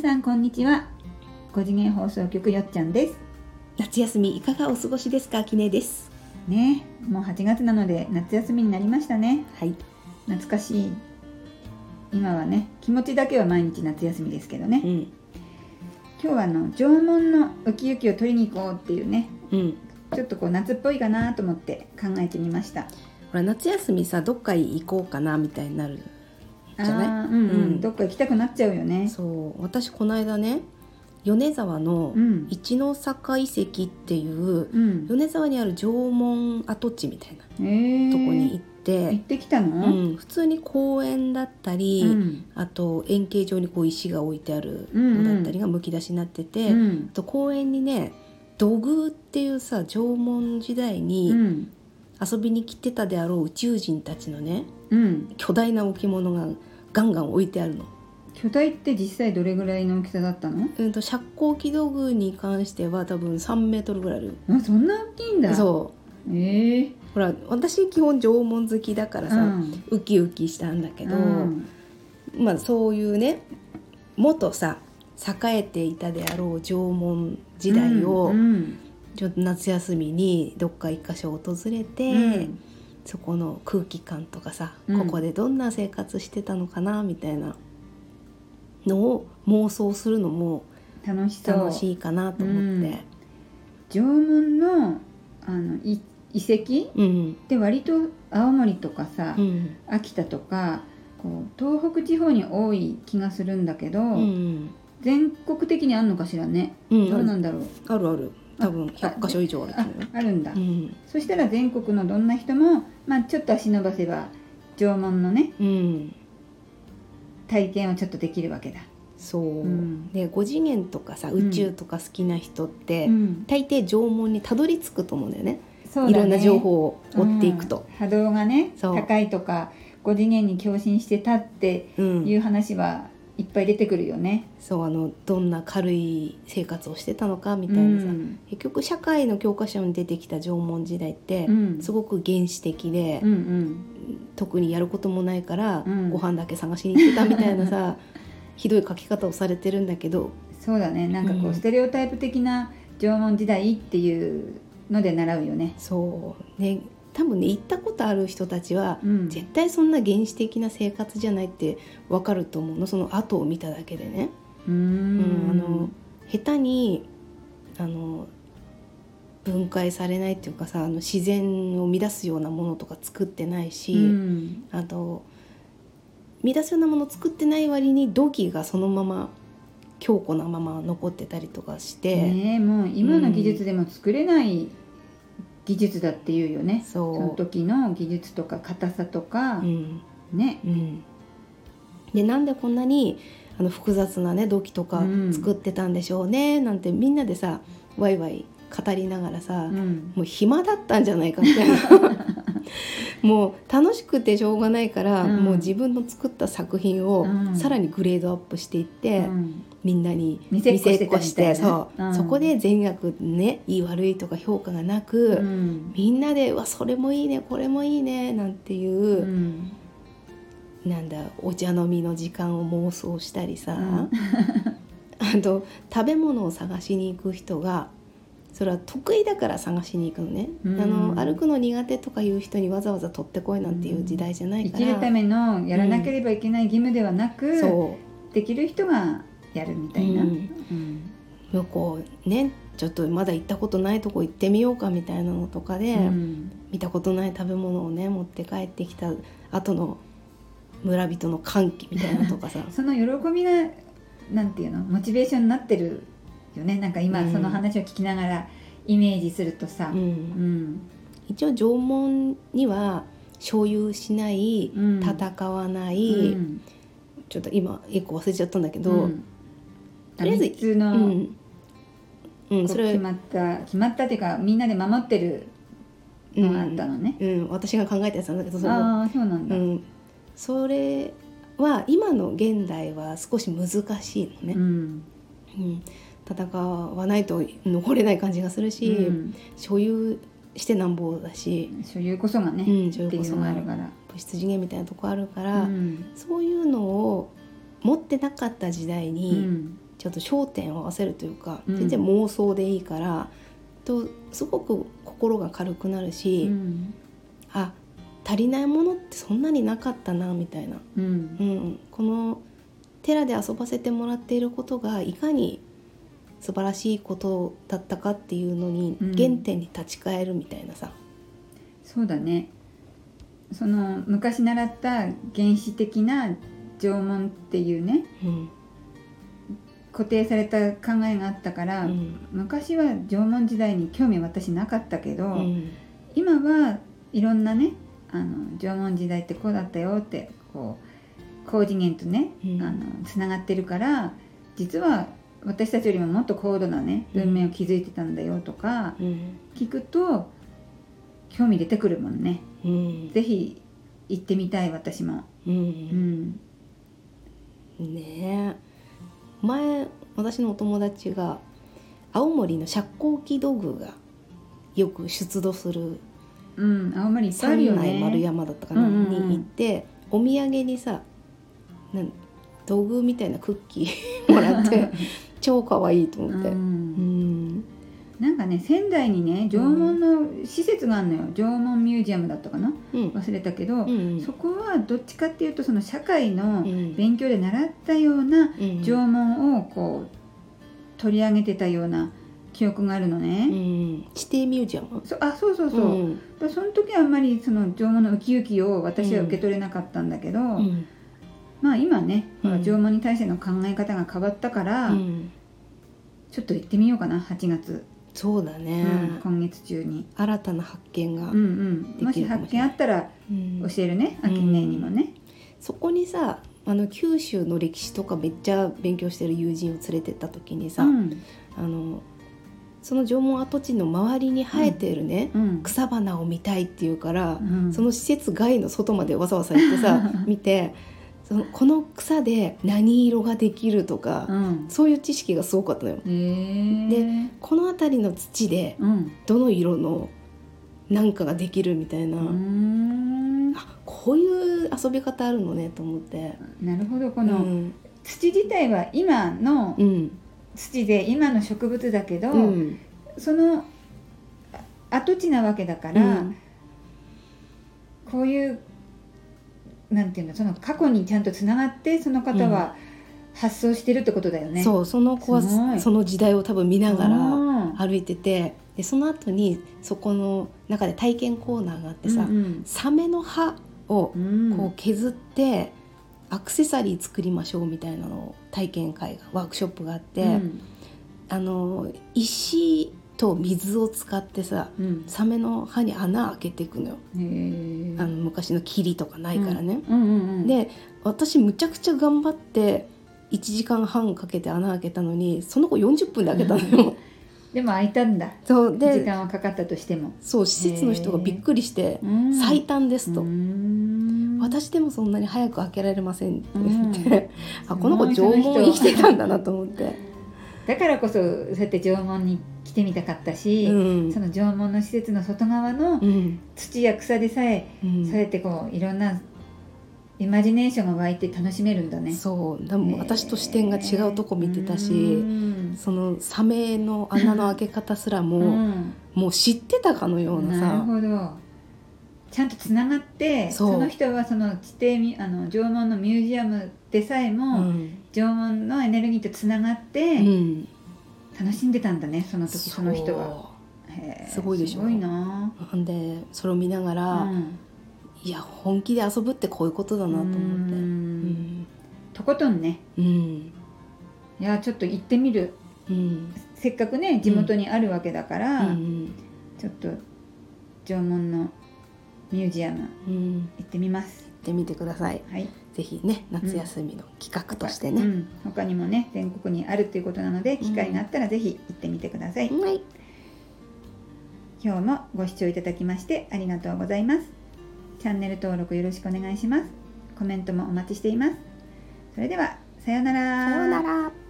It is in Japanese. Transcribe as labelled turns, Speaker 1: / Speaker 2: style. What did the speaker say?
Speaker 1: さんこんにちは5次元放送局よっちゃんです
Speaker 2: 夏休みいかがお過ごしですかあきねです
Speaker 1: ねもう8月なので夏休みになりましたね
Speaker 2: はい
Speaker 1: 懐かしい今はね気持ちだけは毎日夏休みですけどね
Speaker 2: うん
Speaker 1: 今日はあの縄文のウキウキを取りに行こうっていうね
Speaker 2: うん
Speaker 1: ちょっとこう夏っぽいかなと思って考えてみました
Speaker 2: ほら夏休みさどっか行こうかなみたいになるじゃない
Speaker 1: あーうんうん、
Speaker 2: うん
Speaker 1: どっか行きたくなっちゃうよね
Speaker 2: そう私この間ね米沢の
Speaker 1: うん
Speaker 2: 一の坂遺跡っていう
Speaker 1: うん
Speaker 2: 米沢にある縄文跡地みたいな
Speaker 1: え
Speaker 2: と
Speaker 1: ー、
Speaker 2: こに行って、
Speaker 1: 行ってきたの、
Speaker 2: うん、普通に公園だったり、
Speaker 1: うん
Speaker 2: あと円形状にこう石が置いてある
Speaker 1: うんうん
Speaker 2: のだったりがむき出しになってて、
Speaker 1: うん
Speaker 2: あと公園にね土偶っていうさ縄文時代
Speaker 1: う
Speaker 2: に
Speaker 1: ん
Speaker 2: 遊びに来てたであろう宇宙人たちのね
Speaker 1: うん、
Speaker 2: 巨大な置物がガンガン置いてあるの。
Speaker 1: 巨大って実際どれぐらいの大きさだったの
Speaker 2: うんと借光器土偶に関しては多分3メートルぐらいある
Speaker 1: あそんな大きいんだ
Speaker 2: そう
Speaker 1: うええ
Speaker 2: ほら私基本縄文好きだからさ、
Speaker 1: うん
Speaker 2: ウキウキしたんだけど、
Speaker 1: うん
Speaker 2: まあ、そういうね元さ栄えていたであろう縄文時代を、
Speaker 1: うん
Speaker 2: ちょっと夏休みにどっか一箇所訪れ
Speaker 1: う
Speaker 2: て、
Speaker 1: ん
Speaker 2: そこの空気感とかさ、
Speaker 1: うん
Speaker 2: ここでどんな生活してたのかなみたいなのを妄想するのも
Speaker 1: 楽しそう
Speaker 2: 楽しいかなと思って。
Speaker 1: 縄文のあのい遺跡
Speaker 2: うん
Speaker 1: って割と青森とかさ、
Speaker 2: うん
Speaker 1: 秋田とかこう東北地方に多い気がするんだけど、
Speaker 2: うん
Speaker 1: 全国的にあんのかしらね、
Speaker 2: うん
Speaker 1: どうなんだろう
Speaker 2: あるある多分100箇所以上あると
Speaker 1: あ
Speaker 2: 思うよ。
Speaker 1: あるんだ、
Speaker 2: うん
Speaker 1: そしたら全国のどんな人も、まあ、ちょっと足伸ばせば縄文のね
Speaker 2: うん
Speaker 1: 体験をちょっとできるわけだ、
Speaker 2: そう、
Speaker 1: ん
Speaker 2: で5次元とかさ
Speaker 1: ん
Speaker 2: 宇宙とか好きな人って、
Speaker 1: うん
Speaker 2: 大抵縄文にたどり着くと思うんだよね
Speaker 1: そうだね
Speaker 2: いろんな情報を追っていくと
Speaker 1: う。ん波動がね
Speaker 2: そう
Speaker 1: 高いとか5次元に共振してたって
Speaker 2: うん
Speaker 1: いう話はいっぱい出てくるよね、
Speaker 2: そうあのどんな軽い生活をしてたのかみ
Speaker 1: う
Speaker 2: たいなさ、
Speaker 1: ん
Speaker 2: 結局社会の教科書に出てきた縄文時代って、
Speaker 1: うん
Speaker 2: すごく原始的で、
Speaker 1: うんうん
Speaker 2: 特にやることもないから、
Speaker 1: うん
Speaker 2: ご飯だけ探しに行ってたみたい なさひどい書き方をされてるんだけど
Speaker 1: そうだねなんかこ
Speaker 2: う
Speaker 1: うんステレオタイプ的な縄文時代っていうので習うよね、
Speaker 2: そうね多分ね行ったことある人たちは、
Speaker 1: うん、
Speaker 2: 絶対そんな原始的な生活じゃないってわかると思うのその後を見ただけでね。
Speaker 1: うー
Speaker 2: うんん、あの下手にあの分解されないっていうかさあの自然を乱すようなものとか作ってないし、
Speaker 1: うん
Speaker 2: あと乱すようなもの作ってない割に土器がそのまま強固なまま残ってたりとかして、
Speaker 1: ねえもう今の技術でも作れない技術だっていうよね、
Speaker 2: そう
Speaker 1: その時の技術とか硬さとか、
Speaker 2: うん
Speaker 1: ね
Speaker 2: うん、でなんでこんなにあの複雑なね土器とか
Speaker 1: うん
Speaker 2: 作ってたんでしょうね、なんてみんなでさワイワイ語りながらさ、
Speaker 1: うん
Speaker 2: もう暇だったんじゃないかみたいな もう楽しくてしょうがないから、
Speaker 1: うん
Speaker 2: もう自分の作った作品を
Speaker 1: うん
Speaker 2: さらにグレードアップしていって、
Speaker 1: うん
Speaker 2: みんなに
Speaker 1: 見せっこしてたみたいな
Speaker 2: そう、
Speaker 1: うん
Speaker 2: そこで全額ねいい悪いとか評価がなく、
Speaker 1: うん
Speaker 2: みんなで「うわそれもいいねこれもいいね」なんていうう、
Speaker 1: ん
Speaker 2: なんだお茶飲みの時間を妄想したりさ、
Speaker 1: うん
Speaker 2: あと食べ物を探しに行く人がそれは得意だから探しに行くのね、
Speaker 1: うん
Speaker 2: あの歩くの苦手とかいう人にわざわざ取ってこいなんていう時代じゃない
Speaker 1: 生
Speaker 2: か
Speaker 1: き
Speaker 2: ら、
Speaker 1: るためのやらなければいけない義務ではなく、
Speaker 2: そ
Speaker 1: できる人がやるみたいな、
Speaker 2: う
Speaker 1: うんん
Speaker 2: う向こうねちょっとまだ行ったことないとこ行ってみようかみたいなのとかで、
Speaker 1: うん
Speaker 2: 見たことない食べ物をね持って帰ってきた後の村人の歓喜みたいなのと かさ
Speaker 1: その喜びがなんていうのモチベーションになってるよねなんか今
Speaker 2: うん
Speaker 1: その話を聞きながらイメージするとさ、
Speaker 2: う
Speaker 1: うんん
Speaker 2: 一応縄文には所有しない、
Speaker 1: うん
Speaker 2: 戦わな
Speaker 1: う
Speaker 2: い、
Speaker 1: ん
Speaker 2: ちょっと今一個忘れちゃったんだけど、
Speaker 1: う
Speaker 2: うんん
Speaker 1: あ
Speaker 2: とりあえず
Speaker 1: 三つの、
Speaker 2: うん
Speaker 1: こう
Speaker 2: そ
Speaker 1: 決
Speaker 2: れ、
Speaker 1: まった決まったっていうかみんなで守ってる
Speaker 2: う
Speaker 1: のがあった
Speaker 2: ん
Speaker 1: のね、
Speaker 2: うん、私が考えたやつなんだけどその、
Speaker 1: ああそうなん
Speaker 2: う
Speaker 1: だ、
Speaker 2: ん、それは今の現代は少し難しいのね、
Speaker 1: うん
Speaker 2: うん戦わないと残れない感じがするし、
Speaker 1: うん
Speaker 2: 所有してなんぼだし、
Speaker 1: 所有こそがね、
Speaker 2: うん、所
Speaker 1: って
Speaker 2: 有
Speaker 1: い
Speaker 2: こそう
Speaker 1: のが
Speaker 2: が
Speaker 1: あ
Speaker 2: あ
Speaker 1: る
Speaker 2: る
Speaker 1: から、
Speaker 2: 物質次元みたいなとこあるか
Speaker 1: う
Speaker 2: ら、
Speaker 1: ん
Speaker 2: そういうのを持ってなかった時代
Speaker 1: う
Speaker 2: に、
Speaker 1: ん
Speaker 2: ちょっと焦点を合わせるというか、
Speaker 1: うん
Speaker 2: 全然妄想でいいからとすごく心が軽くなるし、
Speaker 1: うん
Speaker 2: あ足りないものってそんなになかったなみたいな、
Speaker 1: うん
Speaker 2: うん、この寺で遊ばせてもらっていることがいかに素晴らしいことだったかっていうのに
Speaker 1: うん
Speaker 2: 原点に立ち返るみたいなさ、
Speaker 1: そうだねその昔習った原始的な縄文っていうね
Speaker 2: うん
Speaker 1: 固定された考えがあったから、
Speaker 2: うん
Speaker 1: 昔は縄文時代に興味私なかったけど、
Speaker 2: うん
Speaker 1: 今はいろんなねあの縄文時代ってこうだったよってこう高次元とね
Speaker 2: うん
Speaker 1: あのつながってるから実は私たちよりももっと高度なね
Speaker 2: うん
Speaker 1: 文明を築いてたんだよとか
Speaker 2: うん
Speaker 1: 聞くと興味出てくるもんね
Speaker 2: うん
Speaker 1: 是非行ってみたい私も
Speaker 2: う
Speaker 1: うんん
Speaker 2: ねえ前私のお友達が青森の遮光器土偶がよく出土する
Speaker 1: うん青森いっぱいあるよ
Speaker 2: 三内丸
Speaker 1: ね
Speaker 2: 山だったかな、
Speaker 1: うんうんうん
Speaker 2: に行ってお土産にさなん土偶みたいなクッキーもらって超可愛いと思って、
Speaker 1: う
Speaker 2: うん
Speaker 1: んなんかね仙台にね縄文の施設があるのよ縄文ミュージアムだったかな
Speaker 2: うん
Speaker 1: 忘れたけど、
Speaker 2: うん
Speaker 1: そこはどっちかっていうとその社会
Speaker 2: う
Speaker 1: の
Speaker 2: ん
Speaker 1: 勉強で習ったような
Speaker 2: うん
Speaker 1: 縄文をこう取り上げてたような記憶があるの
Speaker 2: う
Speaker 1: ね。
Speaker 2: ん指定ミュージアム
Speaker 1: そあそうそうそう、だ
Speaker 2: ん
Speaker 1: からその時はあんまりその縄文のウキウキを私は受け取れなかったんだけど、
Speaker 2: うん
Speaker 1: まあ今ね、ほら
Speaker 2: うん
Speaker 1: 縄文に対しての考え方が変わったから、
Speaker 2: うん
Speaker 1: ちょっと行ってみようかな8月、
Speaker 2: そうだね、
Speaker 1: うん今月中に。
Speaker 2: 新たな発見が、
Speaker 1: うんうん、も
Speaker 2: で
Speaker 1: し
Speaker 2: きるかも
Speaker 1: 発
Speaker 2: し
Speaker 1: 見
Speaker 2: れな
Speaker 1: あ
Speaker 2: い
Speaker 1: ったら
Speaker 2: うん
Speaker 1: 教えるね、秋姉にもね。
Speaker 2: そこにさあの九州の歴史とかめっちゃ勉強してる友人を連れてった時にさ、
Speaker 1: うん
Speaker 2: あのその縄文跡地の周りに生えてるね、
Speaker 1: うん
Speaker 2: 草花を見たいっていうから、
Speaker 1: うん
Speaker 2: その施設外の外までわざわざ行ってさ見てそのこの草で何色ができるとか、
Speaker 1: うん
Speaker 2: そういう知識がすごかったのよ。
Speaker 1: へー
Speaker 2: でこの辺りの土で
Speaker 1: うん
Speaker 2: どの色のなんかができるみたいな、
Speaker 1: うーん
Speaker 2: あこういう遊び方あるのねと思って。
Speaker 1: なるほどこ
Speaker 2: う
Speaker 1: の
Speaker 2: ん
Speaker 1: 土自体は今の
Speaker 2: うん
Speaker 1: 土で今の植物だけど、
Speaker 2: うん
Speaker 1: そのあ跡地なわけだか
Speaker 2: う
Speaker 1: ら、
Speaker 2: ん
Speaker 1: こういうなんていうのその過去にちゃんとつながってその方は発想してるってことだよね。う
Speaker 2: そうその子は
Speaker 1: すごい
Speaker 2: その時代を多分見ながら
Speaker 1: ん
Speaker 2: 歩いててでその後にそこの中で体験コーナーがあってさ、
Speaker 1: うん
Speaker 2: サメの歯を
Speaker 1: うん
Speaker 2: こう削ってアクセサリー作りましょうみたいなのを体験会がワークショップがあって、
Speaker 1: うん
Speaker 2: あの石と水を使ってさ
Speaker 1: うん
Speaker 2: サメの歯に穴開けていくのよ、
Speaker 1: へー
Speaker 2: あの昔の霧とかないからね。
Speaker 1: うんうんうん、
Speaker 2: で私むちゃくちゃ頑張って1時間半かけて穴開けたのにその子40分で開けたのよ。
Speaker 1: でも空いたんだ
Speaker 2: そう
Speaker 1: 時
Speaker 2: で
Speaker 1: 間はかかったとしても。
Speaker 2: そう施設の人がびっくりして「最
Speaker 1: 最
Speaker 2: 短です」と「
Speaker 1: 私
Speaker 2: 私でもそんなに早く開けられません」って言って、
Speaker 1: うん
Speaker 2: あこの子縄文生きてたんだなと思って。
Speaker 1: だからこそそうやって縄文に来てみたかったし、
Speaker 2: うん
Speaker 1: その縄文の施設の外側の
Speaker 2: うん
Speaker 1: 土や草でさえ、
Speaker 2: うん
Speaker 1: そうやってこういろんなイマジネーションが湧いて楽しめるんだね。
Speaker 2: そうでも私と視点が違うとこ見てた
Speaker 1: う
Speaker 2: し、
Speaker 1: ん
Speaker 2: そのサメの穴の開け方すらも、
Speaker 1: うん
Speaker 2: もう知ってたかのような
Speaker 1: なる
Speaker 2: さ
Speaker 1: ほどちゃんとつながって
Speaker 2: そう
Speaker 1: その人はその地底みあの縄文のミュージアムでさえも、
Speaker 2: うん
Speaker 1: 縄文のエネルギーとつながって、
Speaker 2: うん、
Speaker 1: 楽しんでたんだねその時その人は。へー
Speaker 2: すごいでしょ
Speaker 1: すごいな。
Speaker 2: そうなんでそれを見ながら、
Speaker 1: うん
Speaker 2: いや本気で遊ぶってこういうことだなと思って。
Speaker 1: うんとことんね
Speaker 2: うん
Speaker 1: いやちょっと行ってみる
Speaker 2: うん
Speaker 1: せっかくね地元にあるわけだから、
Speaker 2: うん
Speaker 1: ちょっと縄文のミュージアム
Speaker 2: うん行
Speaker 1: 行ってみます
Speaker 2: ってみてください
Speaker 1: はい
Speaker 2: ぜひね夏休みの企画として
Speaker 1: う
Speaker 2: ね、
Speaker 1: ん、他にもね全国にあるということなので機会があったらぜひ行ってみてください、
Speaker 2: はい
Speaker 1: 今日もご視聴いただきましてありがとうございますチャンネル登録よろしくお願いしますコメントもお待ちしていますそれではさようなら
Speaker 2: さようなら